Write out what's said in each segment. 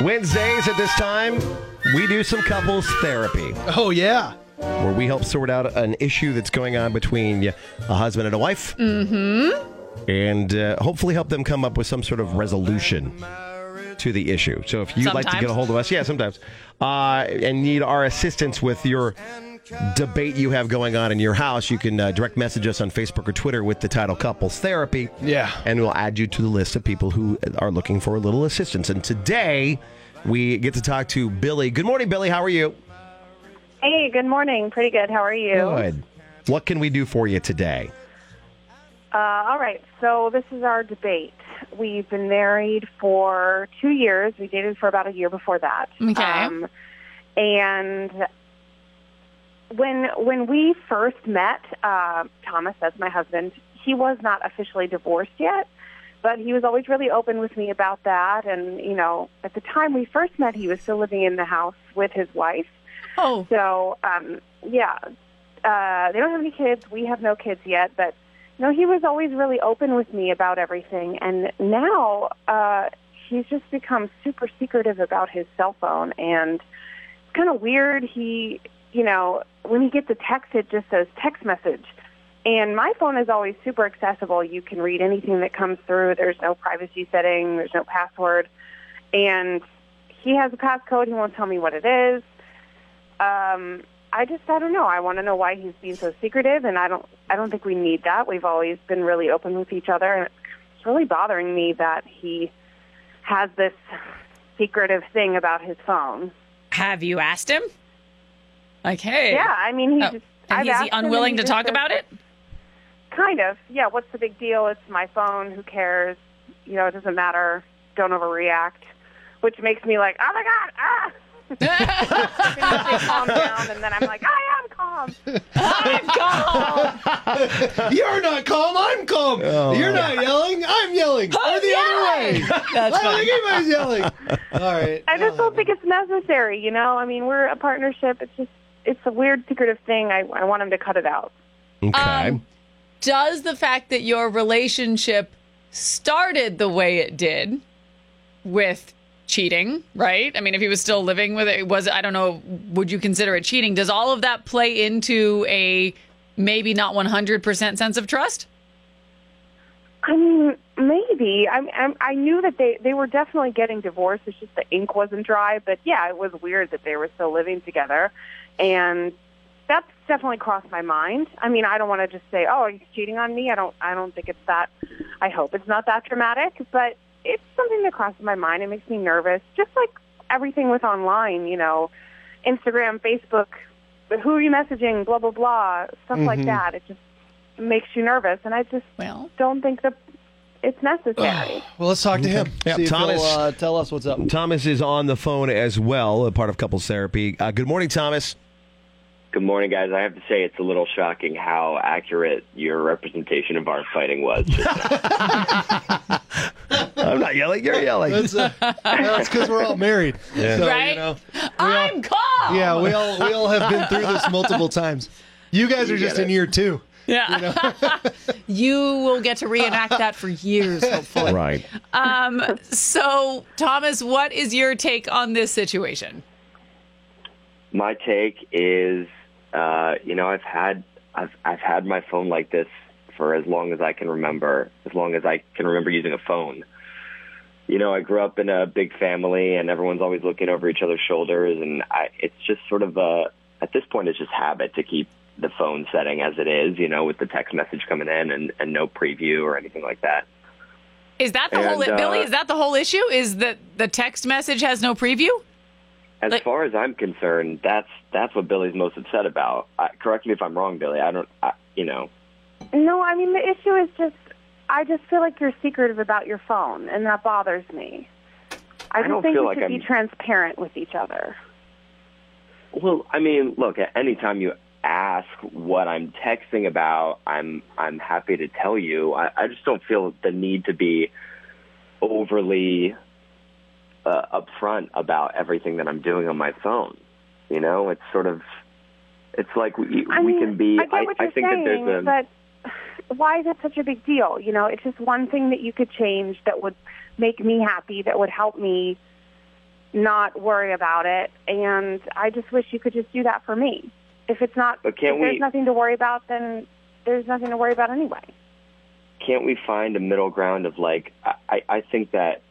Wednesdays at this time, we do some couples therapy Oh, yeah. where we help sort out an issue that's going on between a husband and a wife. Mm-hmm. And uh, hopefully help them come up with some sort of resolution to the issue. So if you'd like to Sometimes. get a hold of us, yeah, sometimes, uh, and need our assistance with your debate you have going on in your house, you can uh, direct message us on Facebook or Twitter with the title Couples Therapy. Yeah. And we'll add you to the list of people who are looking for a little assistance. And today we get to talk to Billy. Good morning, Billy. How are you? Hey, good morning. Pretty good. How are you? Good. What can we do for you today? Uh, all right. So this is our debate. We've been married for two years. We dated for about a year before that. Um, Okay. and when when we first met, uh, Thomas, that's my husband, he was not officially divorced yet, but he was always really open with me about that. And you know, at the time we first met, he was still living in the house with his wife. Oh, So, um, yeah, uh, they don't have any kids. We have no kids yet, but no, he was always really open with me about everything. And now uh, he's just become super secretive about his cell phone, and it's kind of weird. He, you know, when he gets a text, it just says text message. And my phone is always super accessible. You can read anything that comes through. There's no privacy setting. There's no password. And he has a passcode. He won't tell me what it is um, I just I don't know. I want to know why he's being so secretive, and I don't I don't think we need that. We've always been really open with each other, and it's really bothering me that he has this secretive thing about his phone. have you asked him? Like, hey. Yeah, I mean he's Oh, just. I've and is asked he him, and unwilling to just talk says, about it? Kind of. Yeah. What's the big deal? It's my phone. Who cares? You know, it doesn't matter. Don't overreact. Which makes me like, oh my god, ah. I calm down, and then I'm like, I am calm. I'm gone. You're not calm. I'm calm. Oh. You're not yelling. I'm yelling. or the yelling. other way. That's I don't funny. think anybody's yelling. All right. I just don't think it's necessary, you know? I mean, we're a partnership. It's just, it's a weird secretive thing. I, I want him to cut it out. Okay. Um, Does the fact that your relationship started the way it did with cheating, right? I mean, if he was still living with it, was I don't know, would you consider it cheating? Does all of that play into a maybe not 100% sense of trust? I mean, maybe. I I, I knew that they, they were definitely getting divorced. It's just the ink wasn't dry. But yeah, it was weird that they were still living together. And that's definitely crossed my mind. I mean, I don't want to just say, oh, he's cheating on me. I don't, I don't think it's that, I hope it's not that dramatic. But it's something that crosses my mind. It makes me nervous. Just like everything with online, you know, Instagram, Facebook, but who are you messaging, blah, blah, blah, stuff like that. It just makes you nervous. And I just, Well, don't think that it's necessary. Well, let's talk to him. Yeah, See if Thomas- he'll uh, tell us what's up. Thomas is on the phone as well, a part of couples therapy. Uh, good morning, Thomas. Good morning, guys. I have to say it's a little shocking how accurate your representation of our fighting was. I'm not yelling. You're yelling. That's uh, because we're all married. So, you Right? know, I'm gone. yeah, we all we all have been through this multiple times. You guys are just get in it. year two. Yeah. you will get to reenact that for years, hopefully. right. Um, so, Thomas, what is your take on this situation? my take is, uh, you know, I've had I've I've had my phone like this for as long as I can remember, as long as I can remember using a phone. You know, I grew up in a big family, and everyone's always looking over each other's shoulders, and I, it's just sort of a at this point it's just habit to keep the phone setting as it is, you know, with the text message coming in and, and no preview or anything like that. Is that the whole And, uh, Billy? Is that the whole issue? Is that the text message has no preview? As Like- far as I'm concerned, that's that's what Billy's most upset about. I, correct me if I'm wrong, Billy. I don't, I, you know. No, I mean the issue is just I just feel like you're secretive about your phone, and that bothers me. I, just don't think feel we like should be I'm- transparent with each other. Well, I mean, look. At any time you ask what I'm texting about, I'm I'm happy to tell you. I, I just don't feel the need to be overly uh, upfront about everything that I'm doing on my phone. You know, it's sort of it's like we, I we mean, can be. I get what you're think saying, that there's a but why is it such a big deal? You know, it's just one thing that you could change that would make me happy, that would help me. not worry about it. And I just wish you could just do that for me. If it's not, But can't if there's we- nothing to worry about, then there's nothing to worry about anyway. can't we find a middle ground of like I, I I think that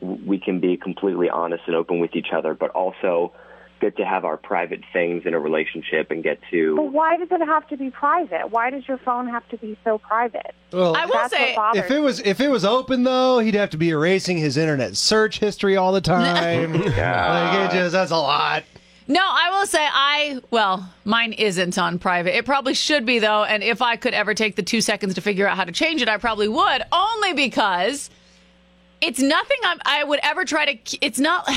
we can be completely honest and open with each other, but also get to have our private things in a relationship and get But to why does it have to be private? Why does your phone have to be so private? Well, I will That's say, what bothers if it was if it was open though, he'd have to be erasing his internet search history all the time. Like it just that's a lot. no, I will say, I, well, mine isn't on private. It probably should be, though. And if I could ever take the two seconds to figure out how to change it, I probably would, only because it's nothing I'm, I would ever try to, it's not,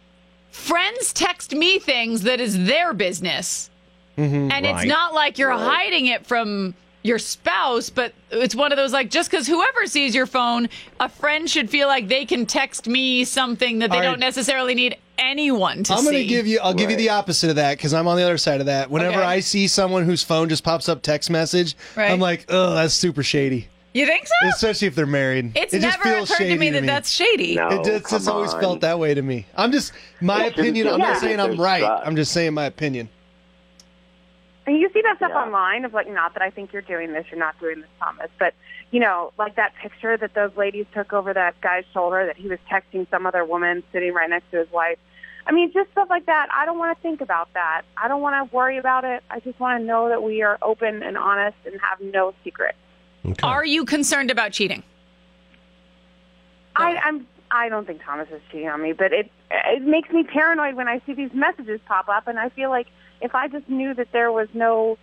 friends text me things that is their business. Mm-hmm. and Right. it's not like you're hiding it from your spouse, but it's one of those like just because whoever sees your phone, a friend should feel like they can text me something that they All right. don't necessarily need anyone to I'm see. gonna give you. I'll give you the opposite of that because I'm on the other side of that. Whenever Okay. I see someone whose phone just pops up text message, Right. I'm like, oh, that's super shady. You think so? Especially if they're married. It's It just never feels occurred to shady me that that's shady. no. It just, it's Oh, come always on. felt that way to me. I'm just my Well, opinion. I'm not yeah. saying I'm There's right. that. I'm just saying my opinion. And you see that stuff Yeah. online of like, not that I think you're doing this, you're not doing this, Thomas, but you know, like that picture that those ladies took over that guy's shoulder that he was texting some other woman sitting right next to his wife. I mean, just stuff like that. I don't want to think about that. I don't want to worry about it. I just want to know that we are open and honest and have no secrets. Okay. Are you concerned about cheating? I, I'm. I don't think Thomas is cheating on me, but it it makes me paranoid when I see these messages pop up, and I feel like if I just knew that there was no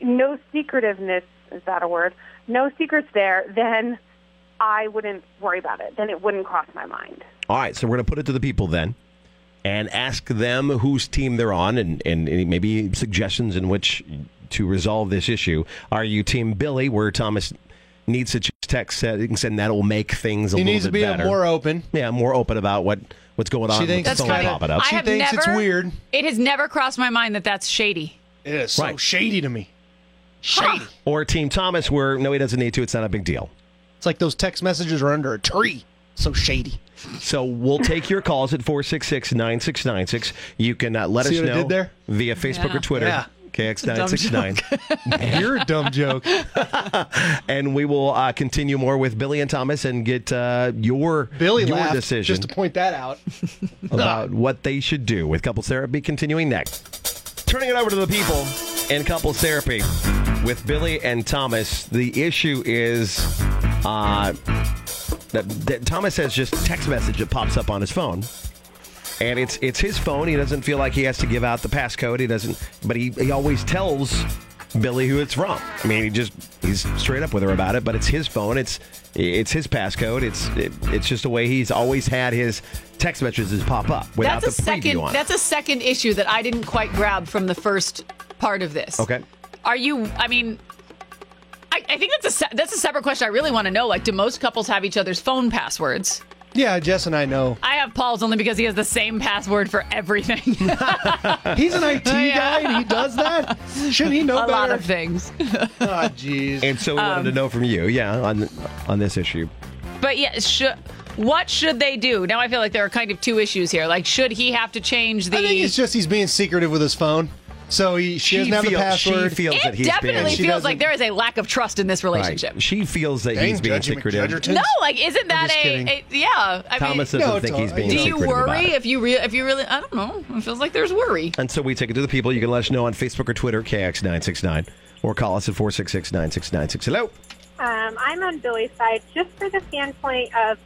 no secretiveness is that a word? No secrets there, then I wouldn't worry about it. Then it wouldn't cross my mind. All right, so we're going to put it to the people then and ask them whose team they're on and, and any- maybe suggestions in which to resolve this issue. Are you Team Billy, where Thomas needs to just text said, and send that'll make things a He little needs to bit be better? more open. yeah, more open about what, what's going on. She with thinks the it's phone kinda- popping up. I She have thinks never, it's weird. It has never crossed my mind that that's shady. It is so Right. shady to me. Shady. Or Team Thomas, where no, he doesn't need to. It's not a big deal. It's like those text messages are under a tree. So shady. So we'll take your calls at 466 9696. You can uh, let See us what I know did there? via Facebook or Twitter. Yeah. KX969. You're a dumb joke. and we will uh, continue more with Billy and Thomas and get uh, your Billy your laughed decision just to point that out. about what they should do with couples therapy. Continuing next, turning it over to the people in couples therapy with Billy and Thomas. The issue is uh, that, that Thomas has just text message that pops up on his phone. And it's it's his phone. He doesn't feel like he has to give out the passcode. He doesn't, but he, he always tells Billy who it's from. I mean, he just he's straight up with her about it. But it's his phone. It's it's his passcode. It's it, it's just the way he's always had his text messages pop up without That's a the preview second. on. it. That's a second issue that I didn't quite grab from the first part of this. okay. Are you? I mean, I, I think that's a se- that's a separate question. I really want to know. Like, do most couples have each other's phone passwords? Yeah, Jess and I know. I have Paul's only because he has the same password for everything. He's an IT yeah. guy and he does that. Shouldn't he know a better? lot of things. Oh, jeez. And so we Um, wanted to know from you, yeah, on on this issue. But yeah, should what should they do? Now I feel like there are kind of two issues here. Like, should he have to change the? I think it's just he's being secretive with his phone. So he she, doesn't have the feels- password. She feels that it he's definitely being She feels doesn't- like there is a lack of trust in this relationship. right. She feels that Dang, he's being Judge secretive. McJudgertons. No, like, isn't that just a, kidding. a- yeah? I Thomas doesn't mean, No, it's think all- he's being. do you secretive about worry it. if you re- if you really? I don't know. It feels like there's worry. And so we take it to the people. You can let us know on Facebook or Twitter, KX969, or call us at 466 9696. Hello. Um, I'm on Billy's side just for the standpoint of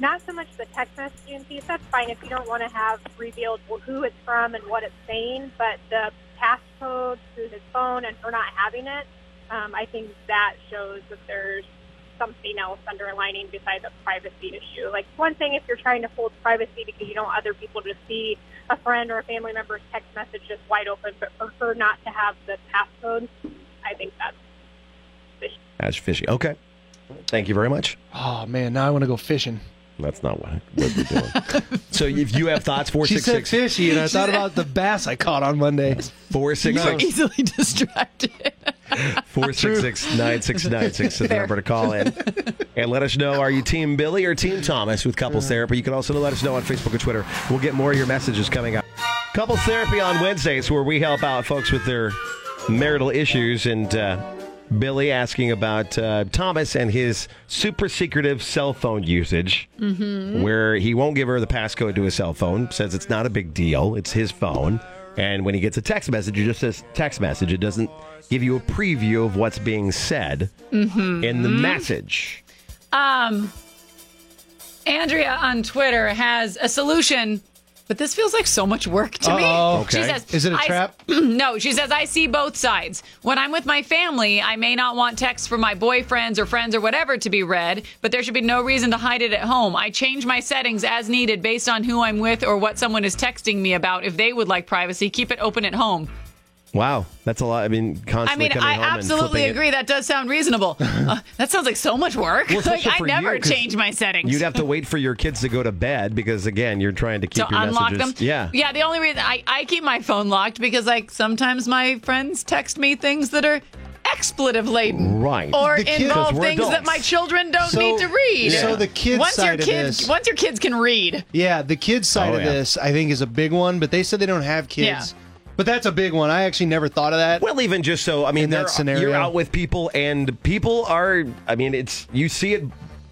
not so much the text messaging piece. That's fine if you don't want to have revealed who it's from and what it's saying, but the passcode through his phone and for not having it, um, I think that shows that there's something else underlining besides a privacy issue. Like one thing, if you're trying to hold privacy because you don't want other people to see a friend or a family member's text message just wide open, but for her not to have the passcode, I think that's Ash Fishy. Okay. Thank you very much. Oh man, now I want to go fishing. That's not what, I- what we're doing. so if you have thoughts, She said 466 fishy, and I thought about the bass I caught on Monday. 466 Easily distracted. 466 9696 is the number to call in. And let us know, are you Team Billy or Team Thomas with Couples Therapy? You can also let us know on Facebook and Twitter. We'll get more of your messages coming up. Couples Therapy on Wednesdays, where we help out folks with their marital issues. And uh, Billy asking about uh, Thomas and his super secretive cell phone usage, Mm. where he won't give her the passcode to his cell phone, says it's not a big deal, it's his phone. And when he gets a text message, it just says text message. It doesn't give you a preview of what's being said Mm-hmm. in the message. Um, Andrea on Twitter has a solution, but this feels like so much work to Uh-oh. me. She Okay. says, Is it a "I- trap? Mm, no, she says, I see both sides. When I'm with my family, I may not want texts from my boyfriends or friends or whatever to be read, but there should be no reason to hide it at home. I change my settings as needed based on who I'm with or what someone is texting me about. If they would like privacy, keep it open at home. Wow, that's a lot. I mean, constantly I mean, coming I home and absolutely flipping it. agree. That does sound reasonable. Uh, that sounds like so much work. Well, like, especially I for never you, 'cause change my settings. You'd have to wait for your kids to go to bed because again, you're trying to keep to your unlock messages. them. Yeah, Yeah, the only reason I, I keep my phone locked because like sometimes my friends text me things that are expletive laden. Right. Or The kids- 'Cause involve we're things that adults. my children don't So- need to read. so the kids once your side of kids this- once your kids can read. Yeah, the kids side Oh, of yeah. this I think is a big one, but they said they don't have kids. But that's a big one. I actually never thought of that. Well, even just so, I mean, In that they're- scenario. you're out with people, and people are. I mean, it's you see it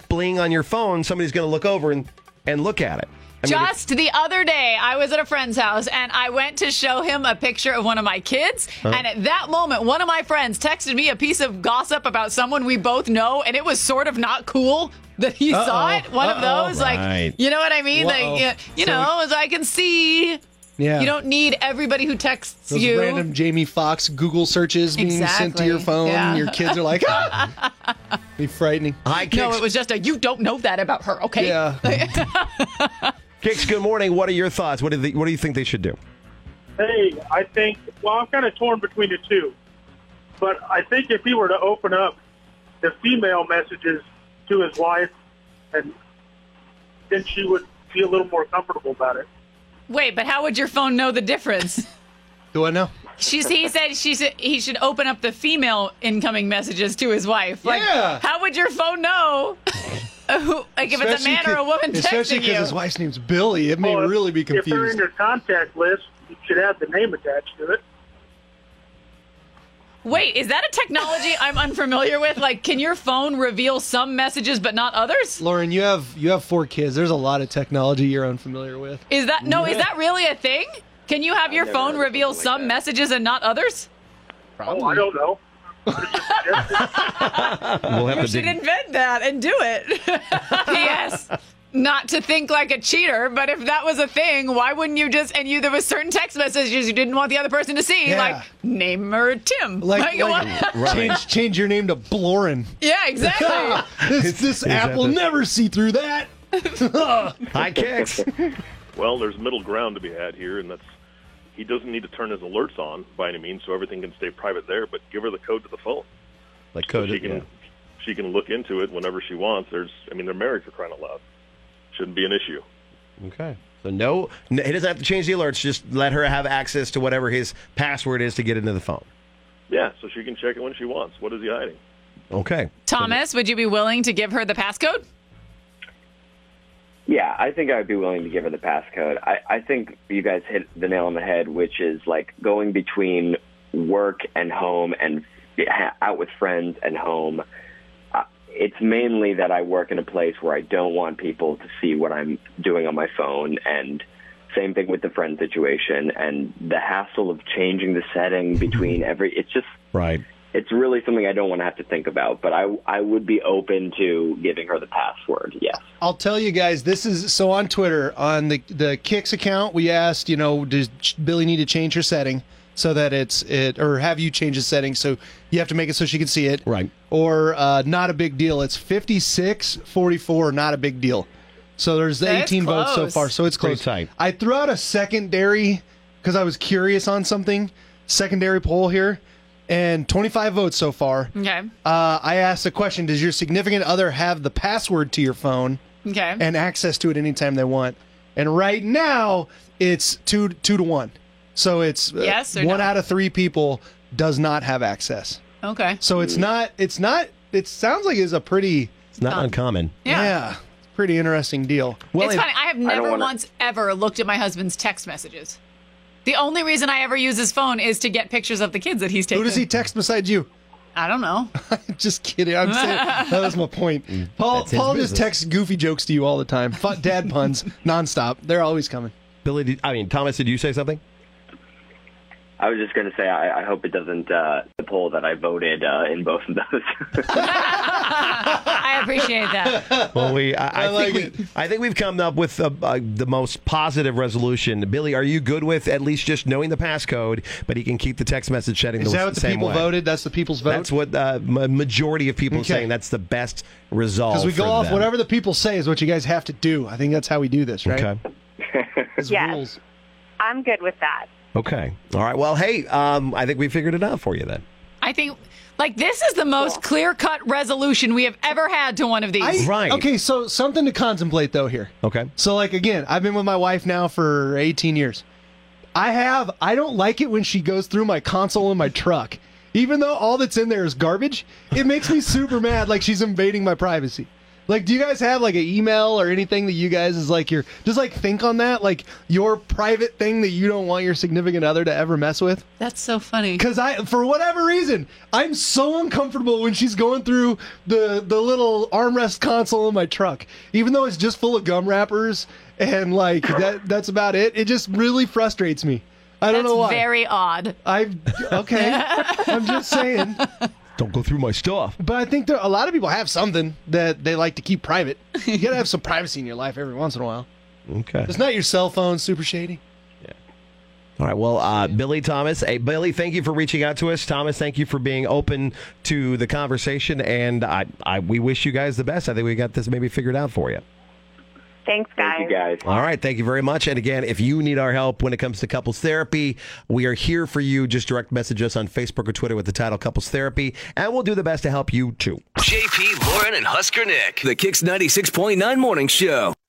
bling on your phone. Somebody's going to look over and and look at it. I mean, Just the other day, I was at a friend's house and I went to show him a picture of one of my kids. And at that moment, one of my friends texted me a piece of gossip about someone we both know, and it was sort of not cool that he saw Uh-oh. it. One Uh-oh. of those, like, Right. you know what I mean? Uh-oh. Like, yeah, you So- know, as I can see, yeah. you don't need everybody who texts Those you. random Jamie Fox Google searches being sent to Exactly. your phone. Yeah. Your kids are like, ah! be frightening. Hi, Kicks. no, it was just a you don't know that about her, okay? Yeah. Kicks. Good morning. What are your thoughts? What do they, what do you think they should do? Hey, I think, well, I'm kind of torn between the two. But I think if he were to open up the female messages to his wife, and then she would be a little more comfortable about it. Wait, but how would your phone know the difference? Do I know? She's, he said she said he should open up the female incoming messages to his wife. Like, Yeah. how would your phone know? who- like, if it's a Especially man or a ki- woman Especially texting you. his wife's name's Billy. It may Well, Oh, if- really be If they're in confused. your contact list, you should have the name attached to it. Wait, is that a technology I'm unfamiliar with? Like, can your phone reveal some messages but not others? Lauren, you have you have four kids. There's a lot of technology you're unfamiliar with. Is that no? Is that really a thing? Can you have your never phone heard of reveal something like some that. messages and not others? Oh, I don't know. We'll have to Should dig. invent that and do it. P.S. Not to think like a cheater, but if that was a thing, why wouldn't you just and you there was certain text messages you didn't want the other person to see, Yeah. like name her Tim. Like, like what- change change your name to Blorin. yeah, exactly. This, this that app will the- never see through that. Hi, Kicks. Well, there's middle ground to be had here, and that's he doesn't need to turn his alerts on by any means, so everything can stay private there. But give her the code to the phone. Like code. she can Yeah. she can look into it whenever she wants. There's I mean, they're married for crying out loud. Shouldn't be an issue. Okay. So no, no, he doesn't have to change the alerts. Just let her have access to whatever his password is to get into the phone. Yeah, so she can check it when she wants. What is he hiding? Okay. Thomas, would you be willing to give her the passcode? Yeah, I think I would be willing to give her the passcode. I, I think you guys hit the nail on the head, which is like going between work and home and ha- out with friends and home. Uh, It's mainly that I work in a place where I don't want people to see what I'm doing on my phone and same thing with the friend situation and the hassle of changing the setting between every it's just Right. it's really something I don't want to have to think about, but I I would be open to giving her the password. Yes. I'll tell you guys, this is so on Twitter on the the Kicks account. We asked, you know, does Ch- Billy need to change her setting so that it's it, or have you change the setting so you have to make it so she can see it, Right. Or uh, not a big deal. It's 56, 44, not a big deal. So there's the That's 18 votes so close. far, so it's Pretty close. tight. I threw out a secondary because I was curious on something. Secondary poll here, and 25 votes so far. Okay. Uh, I asked the question: Does your significant other have the password to your phone? Okay. and access to it anytime they want. And right now, it's two two to one. So it's uh, Yes or one no? out of three people does not have access. okay. Hmm. So it's not it's not it sounds like it's a pretty It's It's not uncommon. Yeah. it's a pretty interesting deal. Well, it's if- funny. I have don't never wanna- once ever looked at my husband's text messages. The only reason I ever use his phone is to get pictures of the kids that he's taking. who does he text besides you? I don't know. just kidding. I'm saying that was my point. Paul Mm. That's his Paul just business. texts goofy jokes to you all the time. Fun, dad puns nonstop. They're always coming. Billy, did, I mean, Thomas, did you say something? I was just going to say, I, I hope it doesn't uh, the poll that I voted uh, in both of those. I appreciate that. Well, we, I, I, I like think we, I think we've come up with uh uh the most positive resolution. Billy, are you good with at least just knowing the passcode, but he can keep the text message setting Is the that what the same people way? voted? That's the people's vote. That's what uh, ma- majority of people are Okay. saying. That's the best resolve. Because we go for off them. whatever the people say is what you guys have to do. I think that's how we do this, right? Okay. It's Yes. rules. I'm good with that. Okay. All right. Well, hey, um, I think we figured it out for you then. I think, like, this is the most clear cut resolution we have ever had to one of these. I- Right. Okay, so something to contemplate though here. Okay. So like again, I've been with my wife now for 18 years. I have I don't like it when she goes through my console in my truck. Even though all that's in there is garbage, it makes me super mad like she's invading my privacy. Like do you guys have like an email or anything that you guys is like your just like think on that like your private thing that you don't want your significant other to ever mess with? That's so funny. Because I, for whatever reason, I'm so uncomfortable when she's going through the the little armrest console in my truck, even though it's just full of gum wrappers and like that. That's about it. It just really frustrates me. I don't That's know why. very odd. I okay. I'm just saying. Don't go through my stuff. But I think there, a lot of people have something that they like to keep private. You gotta have some privacy in your life every once in a while. Okay. It's not your cell phone, super shady. All right. Well, uh, Billy Thomas. Hey, Billy, thank you for reaching out to us. Thomas, thank you for being open to the conversation. And I, I we wish you guys the best. I think we got this maybe figured out for you. Thanks, guys. Thank you guys. All right. Thank you very much. And again, if you need our help when it comes to couples therapy, we are here for you. Just direct message us on Facebook or Twitter with the title Couples Therapy, and we'll do the best to help you too. JP, Lauren, and Husker Nick. The Kicks 96.9 Morning Show.